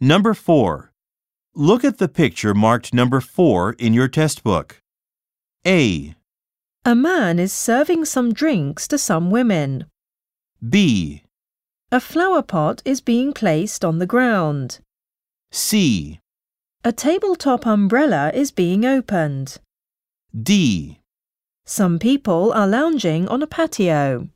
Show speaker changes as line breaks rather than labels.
Number 4. Look at the picture marked number 4 in your test book. A,
A man is serving some drinks to some women.
B,
A flower pot is being placed on the ground.
C,
A tabletop umbrella is being opened.
D.
Some people are lounging on a patio.